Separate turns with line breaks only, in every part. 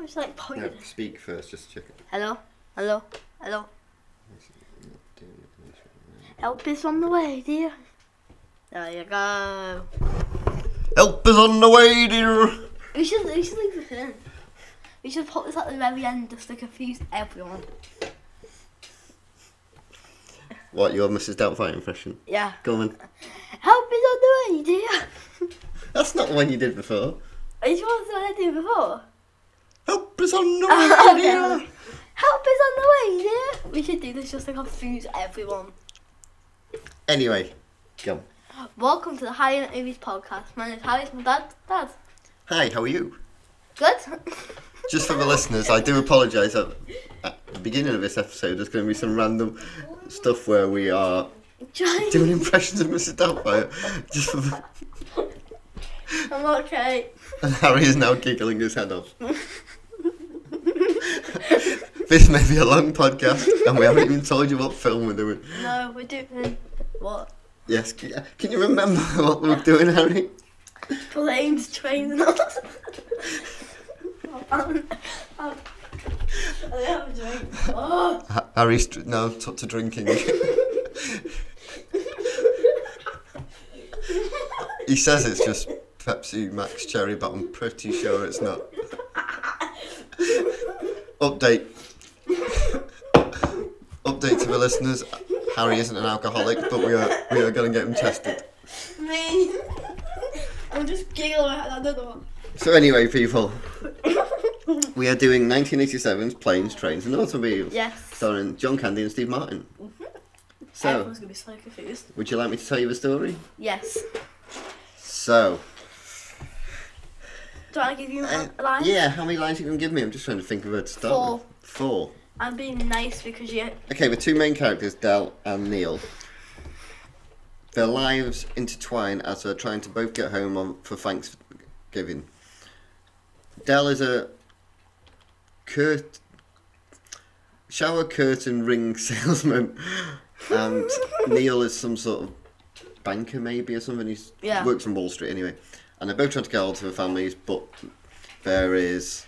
was like
No,
pointed.
speak first, just check it.
Hello, hello, hello. Help is on the way, dear. There you go.
Help is on the way, dear!
We should we should leave this in. We should put this at the very end just to confuse everyone.
What, your Mrs. Doubtfire impression?
Yeah.
Go on.
Help is on the way, dear.
That's not the one you did before.
Which one's what I did before?
Help is on the
Oh,
way,
okay.
dear!
Help is on the way, dear. We should do this just to confuse everyone.
Anyway, go.
Welcome to the High End Movies podcast. My name is Harry. It's my dad. Dad.
Hi, how are you?
Good.
Just for the listeners, I do apologise. At, at the beginning of this episode, there's going to be some random stuff where we are
Johnny,
doing impressions of Mrs. Doubtfire. Just for the,
I'm okay.
and Harry is now giggling his head off. this may be a long podcast, and we haven't even told you what film we're doing.
No, we're doing what?
Yes, c- can you remember what we're doing, Harry?
Planes, trains, and all that. Um, um, I have a drink. Oh.
Ha- Harry's dr- now took to drinking. he says it's just Pepsi Max Cherry, but I'm pretty sure it's not. Update. Update to the listeners. Harry isn't an alcoholic, but we are we are going to get him tested.
Me. I'm just giggling. I don't know.
So anyway, people, we are doing 1987's Planes, Trains, and Automobiles,
Yes.
starring John Candy and Steve Martin. So,
Everyone's gonna be so confused.
would you like me to tell you the story?
Yes.
So,
Do I give you
uh,
a a line?
yeah, how many lines are you going to give me? I'm just trying to think of where to start.
Four.
with. Four.
I'm being nice because you.
Okay, the two main characters, Dell and Neil, their lives intertwine as they're trying to both get home on, for Thanksgiving. Dell is a curt- shower curtain ring salesman, and Neil is some sort of banker, maybe, or something. He
Yeah.
works on Wall Street anyway. And they're both trying to get hold of their families, but there is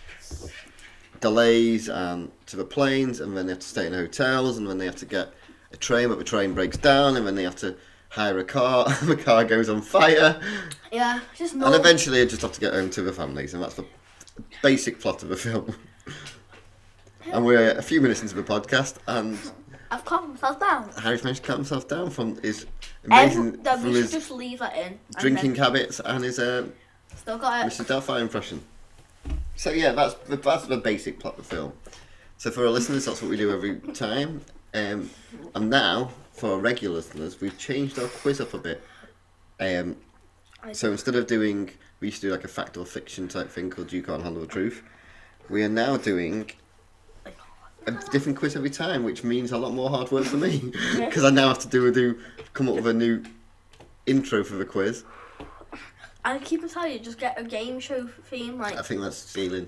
delays um, to the planes, and then they have to stay in hotels, and then they have to get a train, but the train breaks down, and then they have to hire a car, and the car goes on fire,
Yeah. Just
and
normal.
eventually they just have to get home to the families, and that's the basic plot of the film. and we're a few minutes into the podcast, and
I've calmed myself down.
Harry's managed to calm himself down from his
Every,
amazing
no,
from
we should
his
just leave that in. and
drinking habits and his uh,
then- Still got it.
Mr. Delphi impression. So yeah, that's the, that's the basic plot of the film. So for our listeners, that's what we do every time. Um, and now, for our regular listeners, we've changed our quiz up a bit. Um, so instead of doing, we used to do like a fact or fiction type thing called You Can't Handle the Truth. We are now doing a different quiz every time, which means a lot more hard work for me because I now have to do do come up with a new intro for the quiz.
I keep telling you, just get a game show theme, like
I think that's stealing.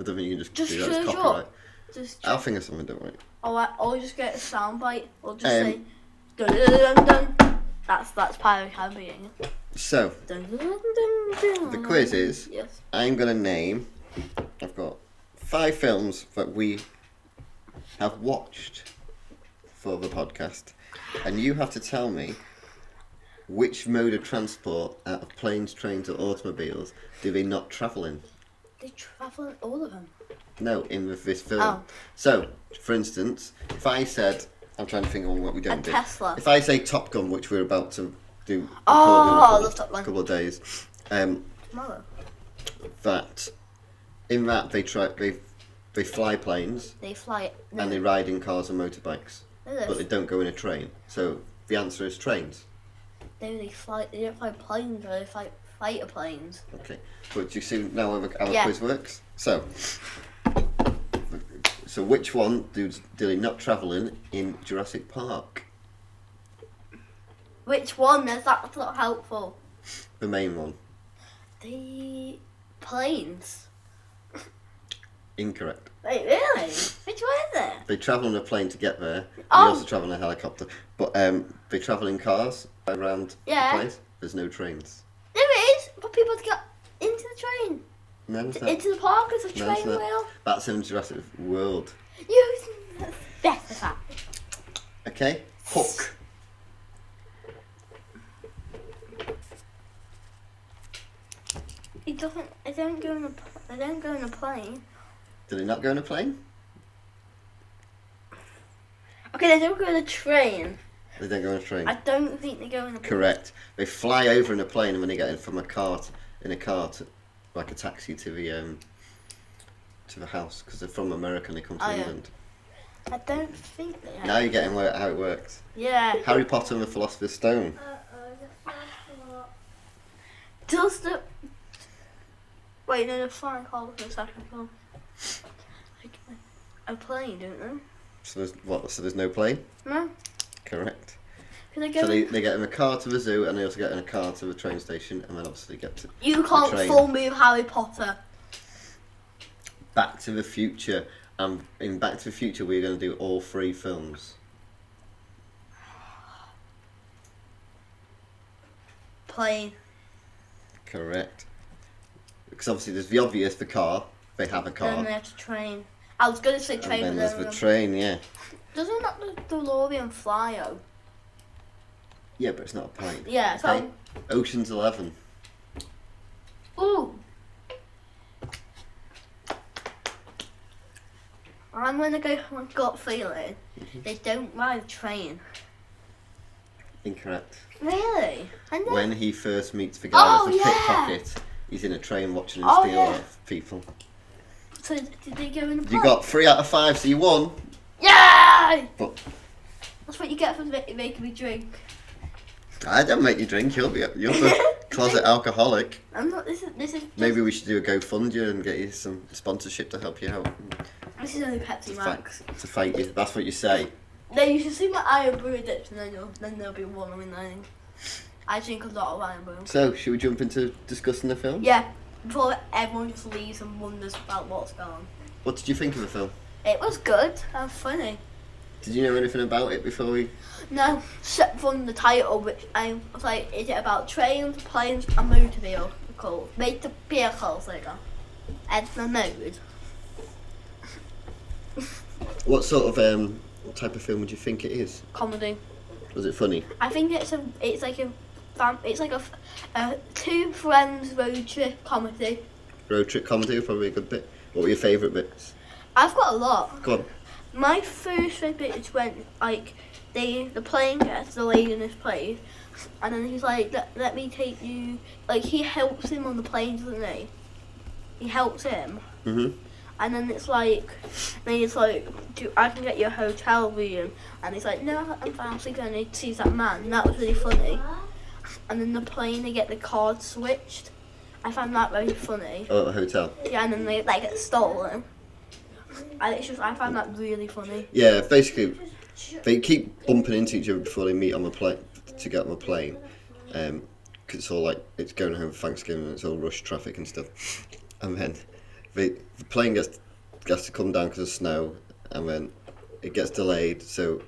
I don't think you can just,
Just
do that. It's
choose your-
copyright. Uh,
just
I'll think of something, don't worry.
or, or just get a soundbite, or just
Um,
say dun dun dun dun. dun. That's that's pirate Caribbean.
So,
Dun dun dun dun.
the
dun.
quiz is
Yes.
I'm going to name, I've got five films that we have watched for the podcast, and you have to tell me which mode of transport out of planes, trains, or automobiles do they not travel in?
They travel in all of them.
No, in with this film.
Oh.
So, for instance, if I said, I'm trying to think of what we don't
A
do.
Tesla.
If I say Top Gun, which we're about to do recording in
Oh,
a couple,
love Top Gun.
couple of days, um,
Tomorrow.
that in that they try they they fly planes
They fly. No,
and they ride in cars and motorbikes,
no,
but they
they,
don't go in a train. So the answer is trains.
they, they fly. They don't fly planes. They fly fighter planes.
Okay, but do you see now how the- how the
Yeah.
quiz works? So, so which one do do they not travel in in Jurassic Park?
Which one? Is that's not helpful.
The main one.
The planes.
Incorrect.
Wait, really? Which one is it?
They travel on a plane to get there. and
Oh.
They also travel in a helicopter, but um, they travel in cars around
Yeah.
the place. There's no trains.
There it is. For people to get into the train.
No, it's not.
Into the park is a
No, it's
train
not.
wheel.
That's in Jurassic World.
You better that.
Okay? Hook.
It doesn't. I don't go in a. pl- I don't go in a plane.
Did it not go in a plane?
Okay, they don't go in a train.
They don't go in a train.
I don't think they go in a.
Correct. They fly over in a plane and when they get in from a cart, in a cart, like a taxi to the um, to the house because they're from America and they come to
Oh, yeah.
England.
I don't think they. Are.
Now you're getting where, how it works.
Yeah.
Harry Potter and the Philosopher's Stone.
Does the wait? No, the flying car was a second film. Like a plane, don't they?
So there's what? So there's no plane.
No,
Correct.
because they go.
So they, they get in a car to the zoo and they also get in a car to the train station and then obviously get to
you can't
train.
full move Harry Potter.
Back to the Future. And in Back to the Future, we're going to do all three films.
Plane.
Correct. Because obviously there's the obvious, the car. They have a
Then
car.
they have to train. I was going to say train,
and then
but
there's
then
the train, yeah.
doesn't that the DeLorean fly? Oh,
Yeah, but it's not a plane.
yeah. So
Okay. Ocean's Eleven.
Ooh. I'm gonna go for my gut feeling.
Mm-hmm.
They don't ride train.
Incorrect.
Really? I know.
When he first meets the guy
Oh,
with the
yeah.
pickpocket, he's in a train watching him
Oh,
steal
yeah.
off people.
So did they go in the
You
park?
got three out of five, so you won.
Yay!
But-
That's what you get for ma- making me drink.
I don't make you drink. You'll be you're the closet alcoholic.
I'm not. This is this is just-
Maybe we should do a GoFundMe and get you some sponsorship to help you out
this is only
to
Pepsi
fight
Max.
to fight you. That's what you say.
No, you should see my iron brew dips, and then you'll then there'll be one. I mean, I, I drink a lot of iron brew.
So should we jump into discussing the film?
Yeah, before everyone just leaves and wonders about what's going on.
What did you think of the film?
It was good and funny.
Did you know anything about it before we?
No, except from the title, which I was like, is it about trains, planes, and motor vehicles? Motor vehicles, like that. And the mode.
What sort of um type of film would you think it is?
Comedy.
Was it funny?
I think it's a, it's like a, fam- it's like a, f- a two friends road trip comedy.
Road trip comedy, probably a good bit. What were your favourite bits?
I've got a lot.
Come on.
My first favourite is when like they the plane gets delayed in this place, and then he's like, let, "Let me take you." Like he helps him on the plane, doesn't he? He helps him,
Mhm.
and then it's like, then he's like, "Do I can get you a hotel room?" And he's like, "No, I'm fine. I'm sleeping." And he sees that man. and That was really funny. And then the plane, they get the card switched. I found that very funny.
Oh, a hotel.
Yeah, and then they like get stolen. And it's just I found that really funny.
Yeah, basically, they keep bumping into each other before they meet on the plane to get on the plane. Um 'cause it's all like it's going home for Thanksgiving and it's all rush traffic and stuff. And then they, the plane gets has to come down because of snow, and then it gets delayed. So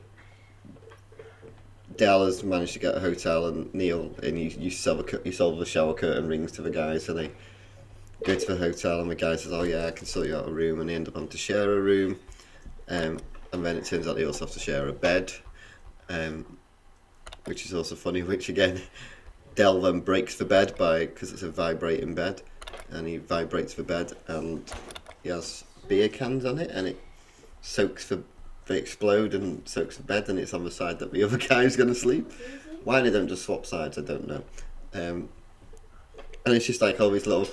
Dell has managed to get a hotel, and Neil and you you sell the cur- you sold the shower curtain rings to the guys, so they go to the hotel, and the guy says, "Oh yeah, I can sort you out a room," and they end up having to share a room. Um, and then it turns out they also have to share a bed, um, which is also funny. Which again, Dell then breaks the bed by because it's a vibrating bed, and he vibrates the bed, and he has beer cans on it, and it soaks the they explode and soaks the bed, and it's on the side that the other guy's going to sleep. Why they don't just swap sides, I don't know. Um, and it's just like all these little.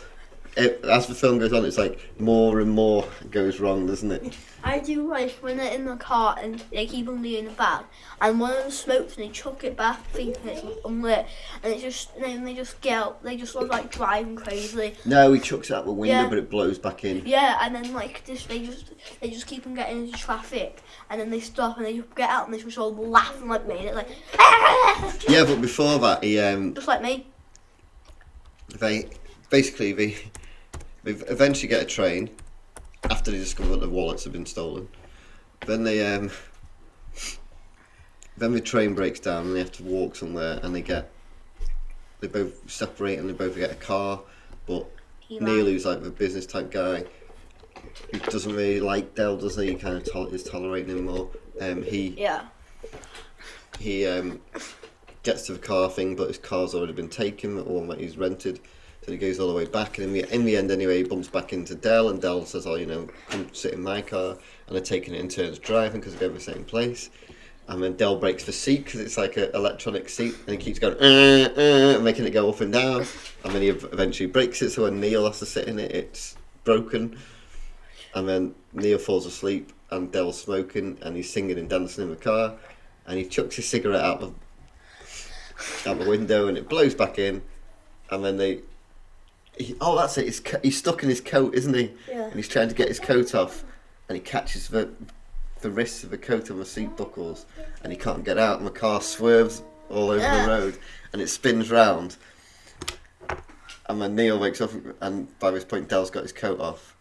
It, as the film goes on, it's like more and more goes wrong, doesn't it?
I do like when they're in the car and they keep on doing the bag, and one of them smokes and they chuck it back, thinking it's unlit, and it's just and then they just get out, they just look like driving crazy.
No, he chucks it out the window,
Yeah.
but it blows back in.
Yeah, and then like this, they just they just keep on getting into traffic, and then they stop and they just get out and they just all laugh and like me, and it's like
Yeah, but before that, he um,
just like me.
they basically they they eventually get a train after they discover that the wallets have been stolen. Then they um, then the train breaks down and they have to walk somewhere, and they get they both separate and they both get a car, but
He
Neil,
like-
who's like the business type guy, who doesn't really like Dell, does he? He kind of tol- is tolerating him more. Um, he
Yeah.
he um, gets to the car thing, but his car's already been taken, the one that he's rented. So he goes all the way back, and in the, in the end, anyway, he bumps back into Dell, and Dell says, "Oh, you know, come sit in my car," and they're taking it in turns driving because they're going to the same place. And then Dell breaks the seat because it's like an electronic seat, and he keeps going, uh, uh, making it go up and down. And then he ev- eventually breaks it, so when Neil has to sit in it, it's broken. And then Neil falls asleep, and Dell's smoking, and he's singing and dancing in the car, and he chucks his cigarette out the out the window, and it blows back in, and then they. He, oh, that's it. He's, cu- he's stuck in his coat, isn't he?
Yeah.
And he's trying to get his coat off, and he catches the the wrists of the coat and the seat buckles, and he can't get out, and the car swerves all over
Yeah.
the road, and it spins round. And then Neil wakes up, and by this point, Dell's got his coat off.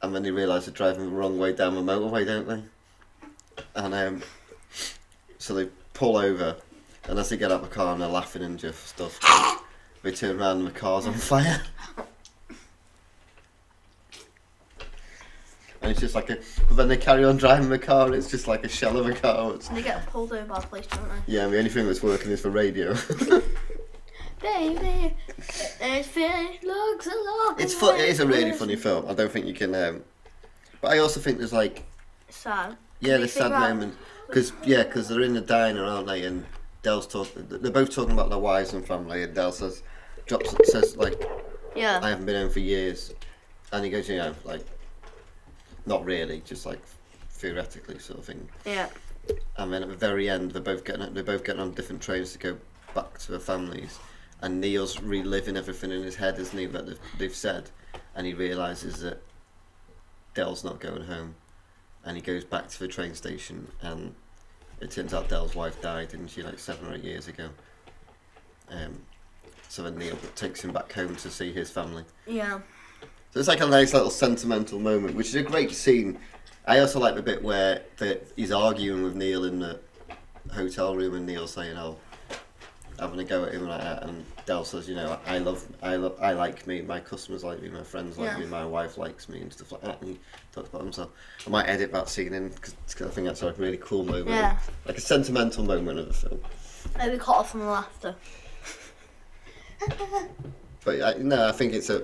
And then they realise they're driving the wrong way down the motorway, don't they? And um, so they pull over, and as they get out the car and they're laughing and just stuff, they turn around and the car's on fire. And it's just like a. But then they carry on driving the car, and it's just like a shell of a car. It's,
And they get pulled over by the police, don't they?
yeah, and the only thing that's working is the radio.
Baby, it feels looks a lot.
it's fun. It is a really funny film. I don't think you can. Um, but I also think there's like
Sad.
Yeah,
Can
the
you
sad
figure out-
moment. Because yeah, 'cause they're in the diner, aren't they? And Dell's talking. They're both talking about their wives and family. And Dell says, drops says like, I
Yeah.
haven't been home for years, and he goes, you know, like, not really, just like theoretically sort of thing.
Yeah.
And then at the very end, they're both getting they're both getting on different trains to go back to their families. And Neil's reliving everything in his head, isn't he? That they've, they've said, and he realizes that Dell's not going home, and he goes back to the train station, and it turns out Dell's wife died, didn't she, like seven or eight years ago. Um, so then Neil takes him back home to see his family.
Yeah.
So it's like a nice little sentimental moment, which is a great scene. I also like the bit where the, he's arguing with Neil in the hotel room, and Neil's saying, "Oh, having a go at him like that," and Del says, "You know, I love, I love, I like me. My customers like me. My friends like
Yeah.
me. My wife likes me, and stuff like that." And he talks about himself. I might edit that scene in because I think that's a really cool moment,
Yeah.
like a sentimental moment of the film.
Maybe cut off from laughter.
But I, no, I think it's a.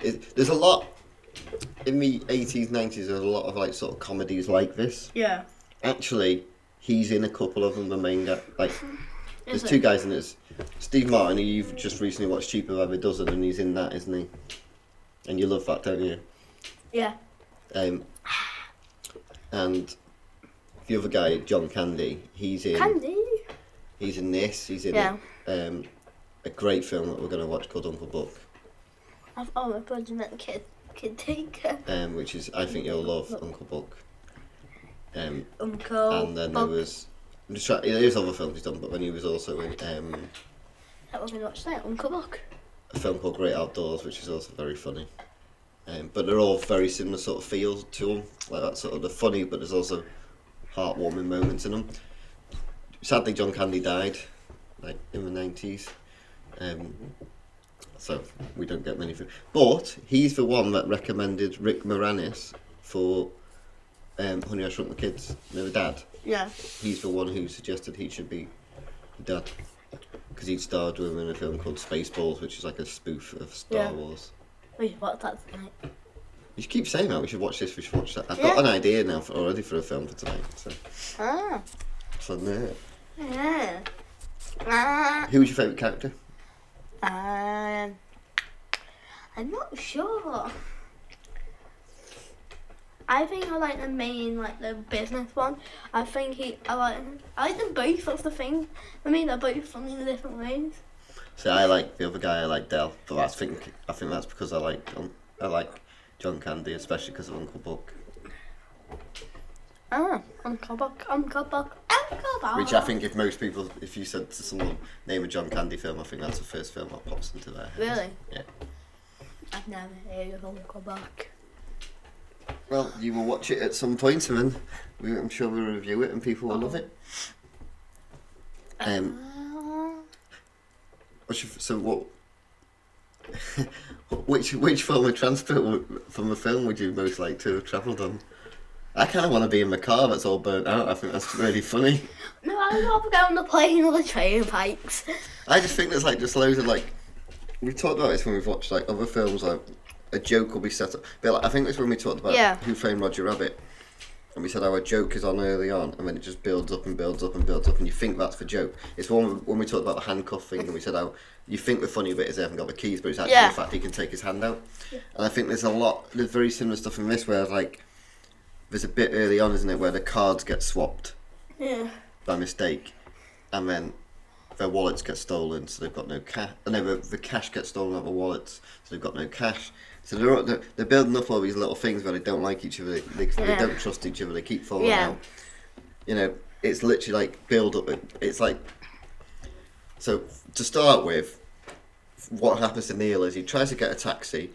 It, there's a lot in the 80s, 90s. There's a lot of like sort of comedies like this.
Yeah.
Actually, he's in a couple of them. The main guy, like, there's
Mm, Is
two
it?
guys in this. Steve Martin, who you've just recently watched Cheaper by the Dozen, and he's in that, isn't he? And you love that, don't you?
Yeah.
Um, and the other guy, John Candy, he's in.
Candy.
He's in this. He's in
Yeah.
um, a great film that we're going to watch called Uncle Buck.
I've oh my god, you meant kid kid taker.
um, which is I think you'll love Uncle Buck. Um,
Uncle.
and then
Bob.
there was I'm just trying, there's other films he's done, but then he was also in um,
That was me watch that. Uncle Buck.
a film called Great Outdoors, which is also very funny. Um, but they're all very similar sort of feels to them, like that sort of the funny, but there's also heartwarming moments in them. Sadly, John Candy died, like in the nineties, um, so we don't get many. Films. But he's the one that recommended Rick Moranis for um, Honey I Shrunk the Kids. You know, the dad.
Yeah.
He's the one who suggested he should be the dad because he'd starred with him in a film called Spaceballs, which is like a spoof of Star
Yeah.
Wars.
We should watch Oh, that tonight.
You keep saying that. We should watch this. We should watch that. I've
Yeah.
got an idea now for, already for a film for tonight. So,
Ah.
so no.
Yeah. Ah.
Who was your favourite character?
Um, I'm not sure. I think I like the main, like the business one. I think he, I like, I like them both. That's the thing. I mean, they're both funny in different ways.
So I like the other guy. I like Dell, but that's think I think that's because I like John, I like John Candy, especially because of Uncle Buck,
Ah, Uncle Buck, Uncle Buck, Uncle Buck.
which I think if most people, if you said to someone name a John Candy film, I think that's the first film that pops into their head.
Really?
Yeah.
I've never heard of Uncle Buck.
Well, you will watch it at some point, and then we, I'm sure we'll review it, and people will love it. Um,
Ah.
what's your, f- so what? which which form of transport w- from the film would you most like to have travelled on? I kind of want to be in the car that's all burnt out. I think that's really funny.
No, I would rather go on the plane or the train bikes.
I just think there's like just loads of like we talked about this when we've watched like other films like a joke will be set up. But like, I think that's when we talked about
Yeah.
Who Framed Roger Rabbit, and we said how a joke is on early on, and then it just builds up and builds up and builds up, and you think that's the joke. It's one when we talked about the handcuff thing, and we said how you think the funny bit is they haven't got the keys, but it's actually
Yeah.
the fact he can take his hand out. And I think there's a lot, there's very similar stuff in this where like there's a bit early on, isn't it, where the cards get swapped
Yeah.
by mistake, and then their wallets get stolen, so they've got no cash. No, the, the cash gets stolen out of the wallets, so they've got no cash. So they're, all- they're, they're building up all these little things where they don't like each other, they, they
Yeah.
don't trust each other, they keep falling
Yeah.
out. You know, it's literally like build up. It's like so to start with, what happens to Neil is he tries to get a taxi.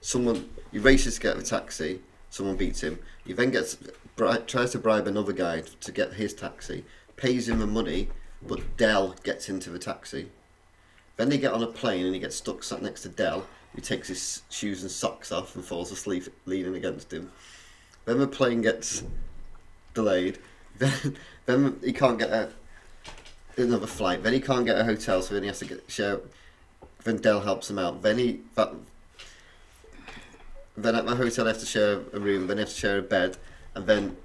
Someone he races to get a taxi. Someone beats him. He then gets bri- tries to bribe another guy to get his taxi. Pays him the money, but Dell gets into the taxi. Then they get on a plane and he gets stuck sat next to Dell, who takes his shoes and socks off and falls asleep leaning against him. Then the plane gets delayed. Then then he can't get a another flight. Then he can't get a hotel, so then he has to get share. Then Dell helps him out. Then he that, then at the hotel they have to share a room. Then they have to share a bed, and then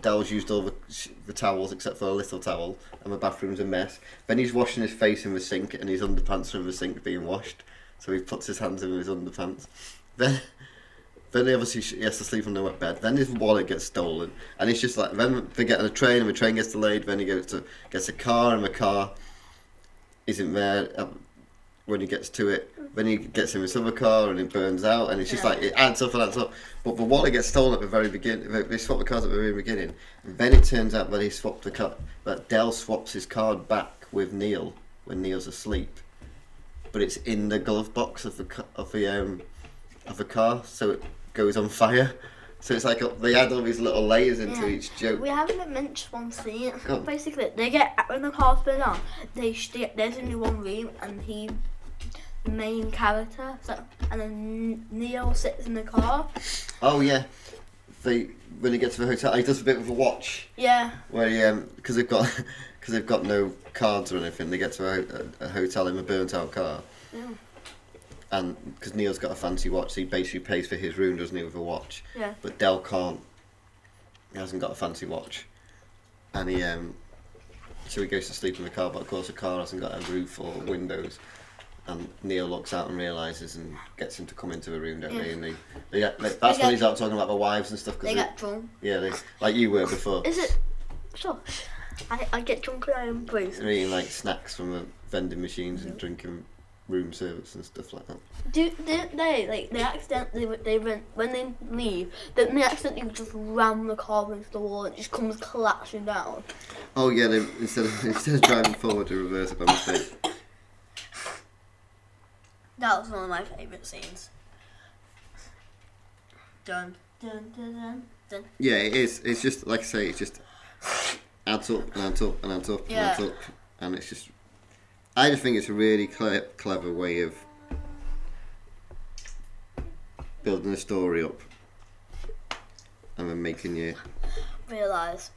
Dell's used all the, sh- the towels except for a little towel, and the bathroom's a mess. Then he's washing his face in the sink, and his underpants are in the sink being washed. So he puts his hands in his underpants. Then. Then he obviously sh- he has to sleep on the wet bed. Then his wallet gets stolen, and it's just like then they get on a train, and the train gets delayed. Then he goes to gets a car, and the car isn't there um, when he gets to it. Then he gets in his other car, and it burns out. And it's just
Yeah.
like it adds up and adds up. But the wallet gets stolen at the very beginning. They swap the cars at the very beginning. And then it turns out that he swapped the car. That Dell swaps his card back with Neil when Neil's asleep, but it's in the glove box of the ca- of the um of a car, so it goes on fire. So it's like a, they add all these little layers into
Yeah.
each joke.
We haven't mentioned one scene.
Go on.
Basically, they get when the car's been on. They, sh- they there's only one room, and he, the main character, so, and then Neil sits in the car.
Oh yeah, they when they get to the hotel, he does a bit of a watch
Yeah,
where he, um because they've got because they've got no cards or anything, they get to a, ho- a hotel in a burnt out car.
Yeah.
And because Neil's got a fancy watch, so he basically pays for his room, doesn't he, with a watch?
yeah,
But Dell can't. He hasn't got a fancy watch, and he um, so he goes to sleep in the car. But of course, the car hasn't got a roof or windows. And Neil looks out and realizes and gets him to come into the room, don't they?
Yeah.
And they, they, get- they- that's when
get-
he's out talking about the wives and stuff.
they
Cause
get drunk.
they- yeah, they, like you were before,
Is it? Sure. I, I get drunk and I am bruised.
They're eating like snacks from the vending machines and drinking room service and stuff like that.
Do didn't they like they accidentally they went when they leave that they accidentally just ram the car into the wall and it just comes collapsing down.
Oh yeah, they, instead of instead of driving forward, they reverse it by mistake.
That was one of my favourite scenes. Dun dun dun dun. dun.
Yeah, it is. It's just like I say, it just adds up and adds up and adds up and
Yeah.
adds up, and it's just. I just think it's a really cle clever way of building a story up, and then making you.
Realise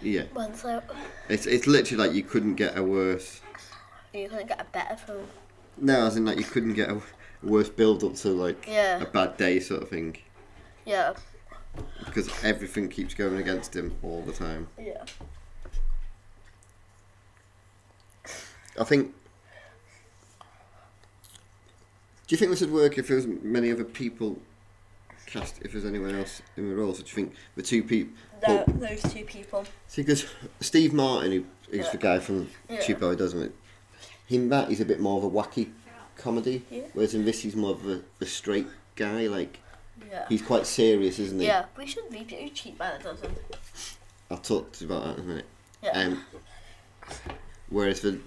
Yeah,
when so
it's it's literally like you couldn't get a worse.
you couldn't get a better film.
No, as in like you couldn't get a worse build up to like
Yeah.
a bad day sort of thing
Yeah.
because everything keeps going against him all the time.
Yeah.
I think. Do you think this would work if there was many other people cast? If there's anyone else in the role, so do you think the two people?
Tho- those two people.
See, because Steve Martin, who is the guy from
Yeah.
Cheap Cheapo, doesn't it? Him that he's a bit more of a wacky comedy,
Yeah.
whereas in this he's more of a, the straight guy. Like
Yeah.
he's quite serious, isn't he?
Yeah. We should leave it cheap by the dozen.
I'll talk to you about that in a minute.
Yeah.
Um, whereas the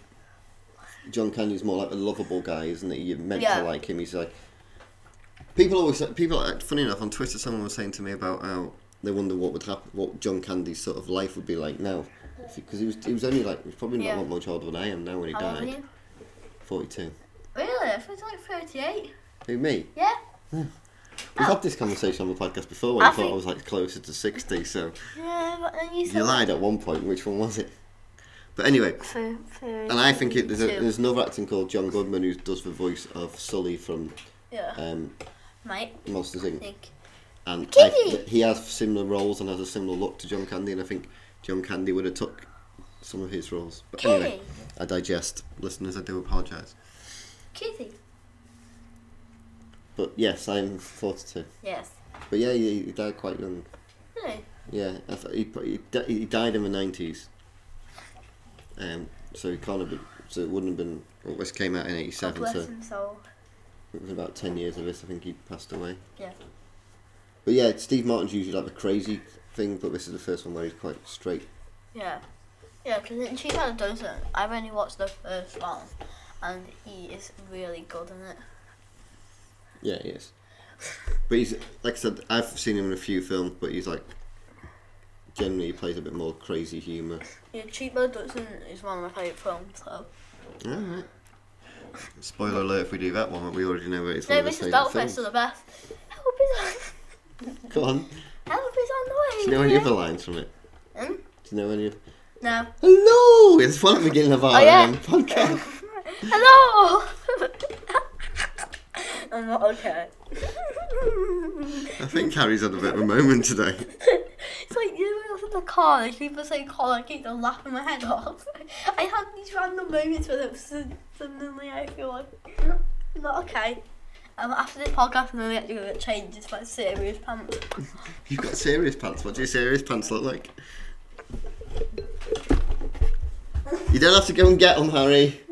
John Canyon's more like a lovable guy, isn't he? You're meant
Yeah.
to like him. He's like people always people. Funny enough, on Twitter, someone was saying to me about how they wonder what would happen, what John Candy's sort of life would be like now, because he was he was only like he was probably not
Yeah.
that much older than I am now when he
How old are
died,
you?
forty two.
Really? earth? It's like 38.
Who, me?
Yeah.
We've
Oh.
had this conversation on the podcast before when
I
I, thought
think-
I was like closer to 60, so
Yeah, but then you said.
you lied at one point. Which one was it? But anyway,
Thir-
and I think it, there's, a,
32.
there's another actor called John Goodman who does the voice of Sully from
Yeah.
um,
Mate,
Monsters Inc.
think.
And I,
Kitty!
th- he has similar roles and has a similar look to John Candy, and I think John Candy would have took some of his roles. But anyway,
Kitty.
I digest, listeners. I do apologise.
Kitty.
But yes, I'm 42.
Yes.
But yeah, he, he died quite young.
Really?
Yeah, I th- he, pr- he, di- he died in the 90s. Um, so he can't have been, so it wouldn't have been. Well, this came out in
God
87,
bless
so
him soul.
it was about 10 years of this. I think he passed away.
Yeah.
But yeah, Steve Martin's usually like the crazy thing, but this is the first one where he's quite straight.
Yeah. Yeah, because she kind of does it. I've only watched the first one, and he is really good in it.
Yeah, he is. But he's like I said, I've seen him in a few films, but he's like generally he plays a bit more crazy humour.
Yeah, Cheapo Dutton is one of my favourite films, so.
All right. Spoiler alert! If we do that one, but we already know it's
No,
one of his
Mrs.
favourite
Doubtfire's
films.
are the best. Help is
Come on,
on, help is on the way.
do you know any other lines from it?
Hmm?
Do you know any?
No.
Hello, it's one at the beginning of our
Oh, yeah.
um, podcast.
Hello! I'm not okay.
I think Carrie's had a bit of a moment today.
it's like, you know, when I was in the car, and people say call, I keep on laughing my head off. I have these random moments where it's sud- suddenly I feel like, I'm not okay. Um, after this podcast, I'm going to get you a change into my serious pants.
You've got serious pants. What do your serious pants look like? You don't have to go and get them, Harry.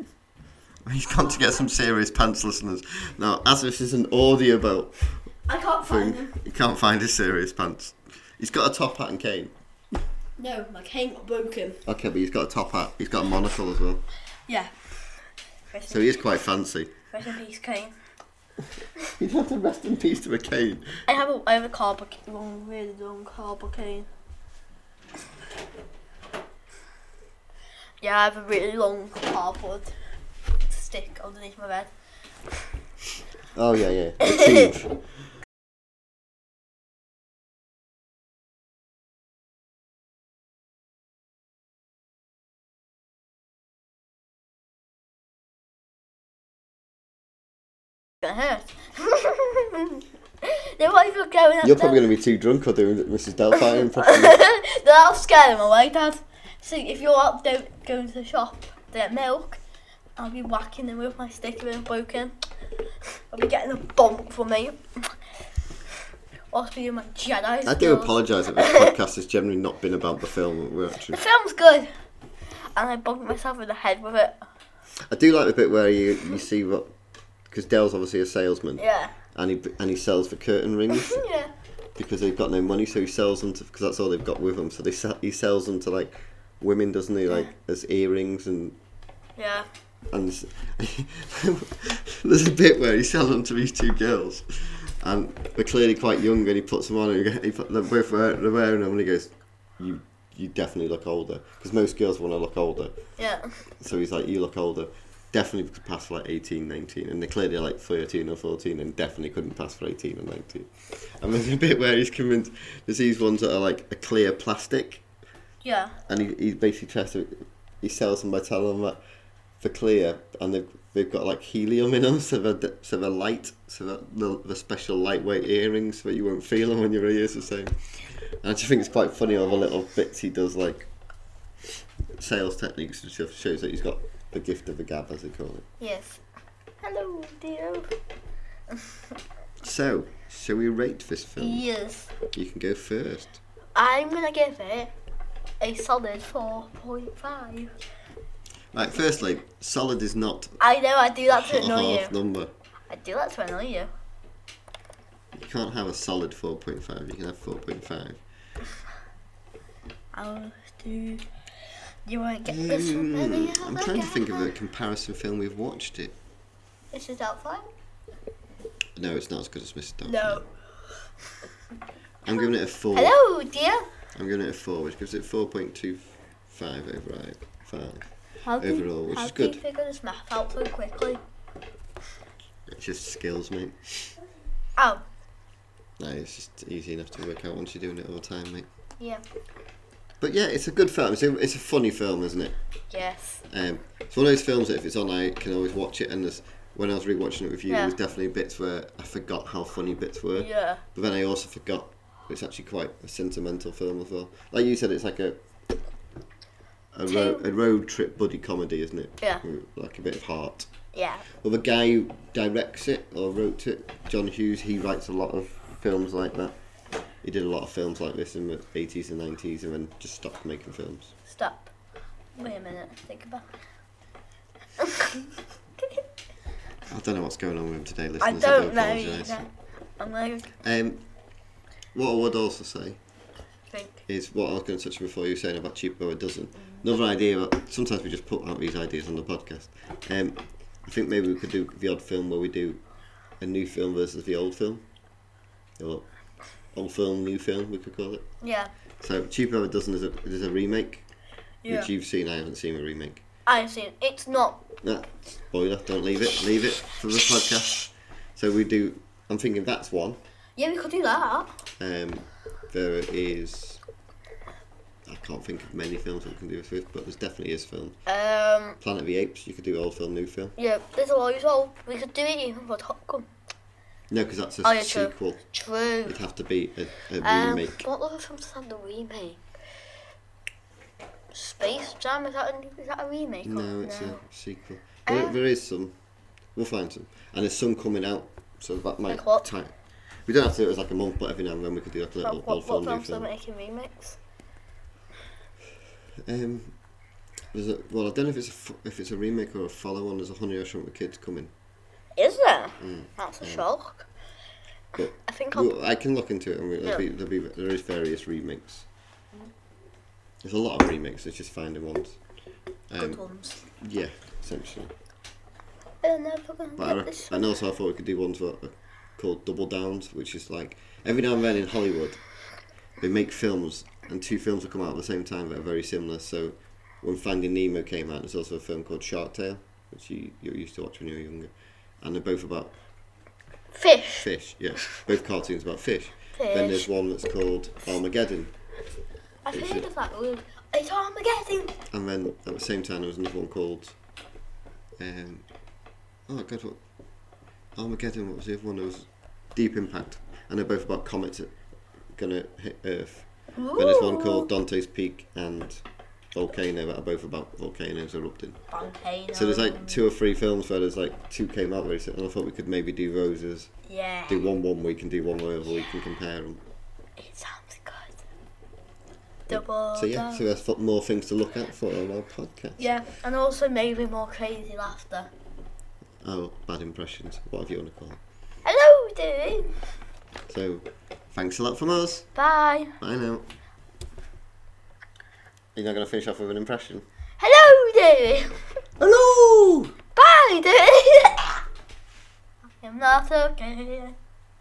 He's gone to get some serious pants, listeners. Now, as this is an audiobook
I can't find
thing,
them.
he can't find his serious pants. He's got a top hat and cane.
No, my cane got broken.
Okay, but he's got a top hat. He's got a monocle as well.
Yeah. Rest,
So he is quite fancy.
rest in peace, cane.
He'd have to rest in peace to a cane.
I have a, I have a carbon cane, one really long carbon cane. Yeah, I have a really long cardboard stick underneath my bed.
Oh, yeah, yeah. It's huge.
It's gonna hurt. They're not even going up
You're probably
there.
going to be too drunk or doing Mrs. Delphine impression.
That'll scare them away, Dad. See, if you're up, don't go into the shop to get milk. I'll be whacking them with my stick if they're broken. I'll be getting a bump from me. I'll be doing my Jedi.
I do
skills.
apologise that this podcast has generally not been about the film. We're actually.
The film's good. And I bumped myself in the head with it.
I do like the bit where you, you see what because Dell's obviously a salesman
Yeah.
and he and he sells for curtain rings
yeah.
because they've got no money, so he sells them because that's all they've got with them. So they sell, he sells them to like women, doesn't he? Like as earrings and
Yeah.
and s- there's a bit where he sells them to these two girls and they're clearly quite young and he puts them on and he, he put, they're both wearing, they're wearing them and he goes, you you definitely look older because most girls want to look older.
Yeah.
So he's like, you look older. Definitely could pass for like 18, 19. And they're clearly like 13 or 14 and definitely couldn't pass for 18 or 19. And there's a bit where he's convinced there's these ones that are like a clear plastic.
Yeah.
And he, he basically tries to, he sells them by telling them that they're clear and they've, they've got like helium in them. So they're, d- so they're light. So they're, they're, they're special lightweight earrings so that you won't feel them when your ears are same. And I just think it's quite funny all the little bits he does like sales techniques and stuff shows that he's got the gift of the gab as they call it.
Yes. Hello, dear.
So, shall we rate this film?
Yes.
You can go first.
I'm gonna give it a solid 4.5.
Right, firstly, solid is not
I know I do that to
a
annoy
half
you.
number.
I do that to annoy you.
You can't have a solid 4.5, you can have 4.5.
I'll do. You won't get this one.
Mm, I'm trying to think of a comparison film we've watched it.
This is outside?
No, it's not as good as Mr. Dog.
No.
I'm giving it a 4.
Hello, dear.
I'm giving it a 4, which gives it 4.25 overall. Five.
How do,
Overall, which
how
is
do you
good.
figure this math out so quickly?
It's just skills, mate.
Oh,
No, it's just easy enough to work out once you're doing it all the time, mate.
yeah.
But yeah, it's a good film. It's a, it's a funny film, isn't it?
Yes.
Um, it's one of those films that if it's on, I can always watch it. And there's, when I was rewatching it with you,
Yeah.
there was definitely bits where I forgot how funny bits were.
Yeah.
But then I also forgot it's actually quite a sentimental film as well. Like you said, it's like a a, ro-
Two-
a road trip buddy comedy, isn't it?
Yeah.
With, Like a bit of heart.
Yeah.
Well, the guy who directs it or wrote it, John Hughes, he writes a lot of films like that. He did a lot of films like this in the 80s and 90s and then just stopped making films.
Stop. Wait a minute. Think about.
I don't know what's going on with him today,
I
listeners.
don't know
apologise.
either. I'm like
Um, what I would also say
think.
is what I was going to touch on before you were saying about cheaper by a dozen. Another idea, about- sometimes we just put out these ideas on the podcast. Um, I think maybe we could do the odd film where we do a new film versus the old film. Or old film, new film, we could call it.
Yeah.
So cheaper by a dozen is a, is a remake,
Yeah.
which you've seen, I haven't seen a remake.
I've seen. it. It's not.
Nah, spoiler, don't leave it, leave it for the podcast. So we do, I'm thinking that's one.
Yeah, we could do that.
Um, there is. I can't think of many films that we can do this with, but there's definitely is film.
Um.
Planet of the Apes, you could do old film, new film.
Yeah. There's always all we could do it even for Top Gun.
No, because that's a
Oh, yeah, true.
sequel.
True.
It'd have to be a, a
Um,
remake.
what other films had the remake? Space Jam is that a, is that a remake? or-
No, it's a sequel. There,
Um,
there is some. We'll find some. And there's some coming out, so that might.
Like what?
Time. We don't have to do it as like a month, but every now and then we could do like a
What,
little
what,
old
what
film, new
films are
film.
making remakes?
Um, there's a, well, I don't know if it's a, f- if it's a remake or a follow on. There's a Honey I Shrunk the Kids coming.
Is there? That's a shock.
But
I think I'll,
Well, I can look into it, and we- there'll be,
Yeah.
there'll be, there is various remakes. There's a lot of remakes. It's just finding ones.
good
Um,
ones.
yeah, essentially.
They're never gonna
But I,
get
rec-
this
and also, I thought we could do ones that are called double downs, which is like every now and then in Hollywood, they make films, and two films will come out at the same time that are very similar. So, when Finding Nemo came out, there's also a film called Shark Tale, which you, you used to watch when you were younger, and they're both about
fish.
fish. Yeah, both cartoons about fish. Then there's
Fish.
one that's called Armageddon,
I've
Is
heard
it-
of that word. It's Armageddon.
And then at the same time, there was another one called. Um, oh God, what Armageddon? What was the other one? There was Deep Impact, and they're both about comets that gonna hit Earth. Then there's one called Dante's Peak and Volcano that are both about volcanoes erupting.
Volcano.
So there's like two or three films where there's like two came out recently, and I thought we could maybe do roses,
yeah.
do one one week and do one the other week and compare them.
It sounds good. Double.
So yeah,
down.
so there's fo- more things to look out for on our podcast.
yeah, and also maybe more crazy laughter.
Oh, bad impressions, whatever you want to call it.
Hello, Dewey.
So, thanks a lot from us.
Bye.
Bye now. You're not going to finish off with an impression?
Hello, Dewey.
Hello!
Bye, Dewey. I'm not okay.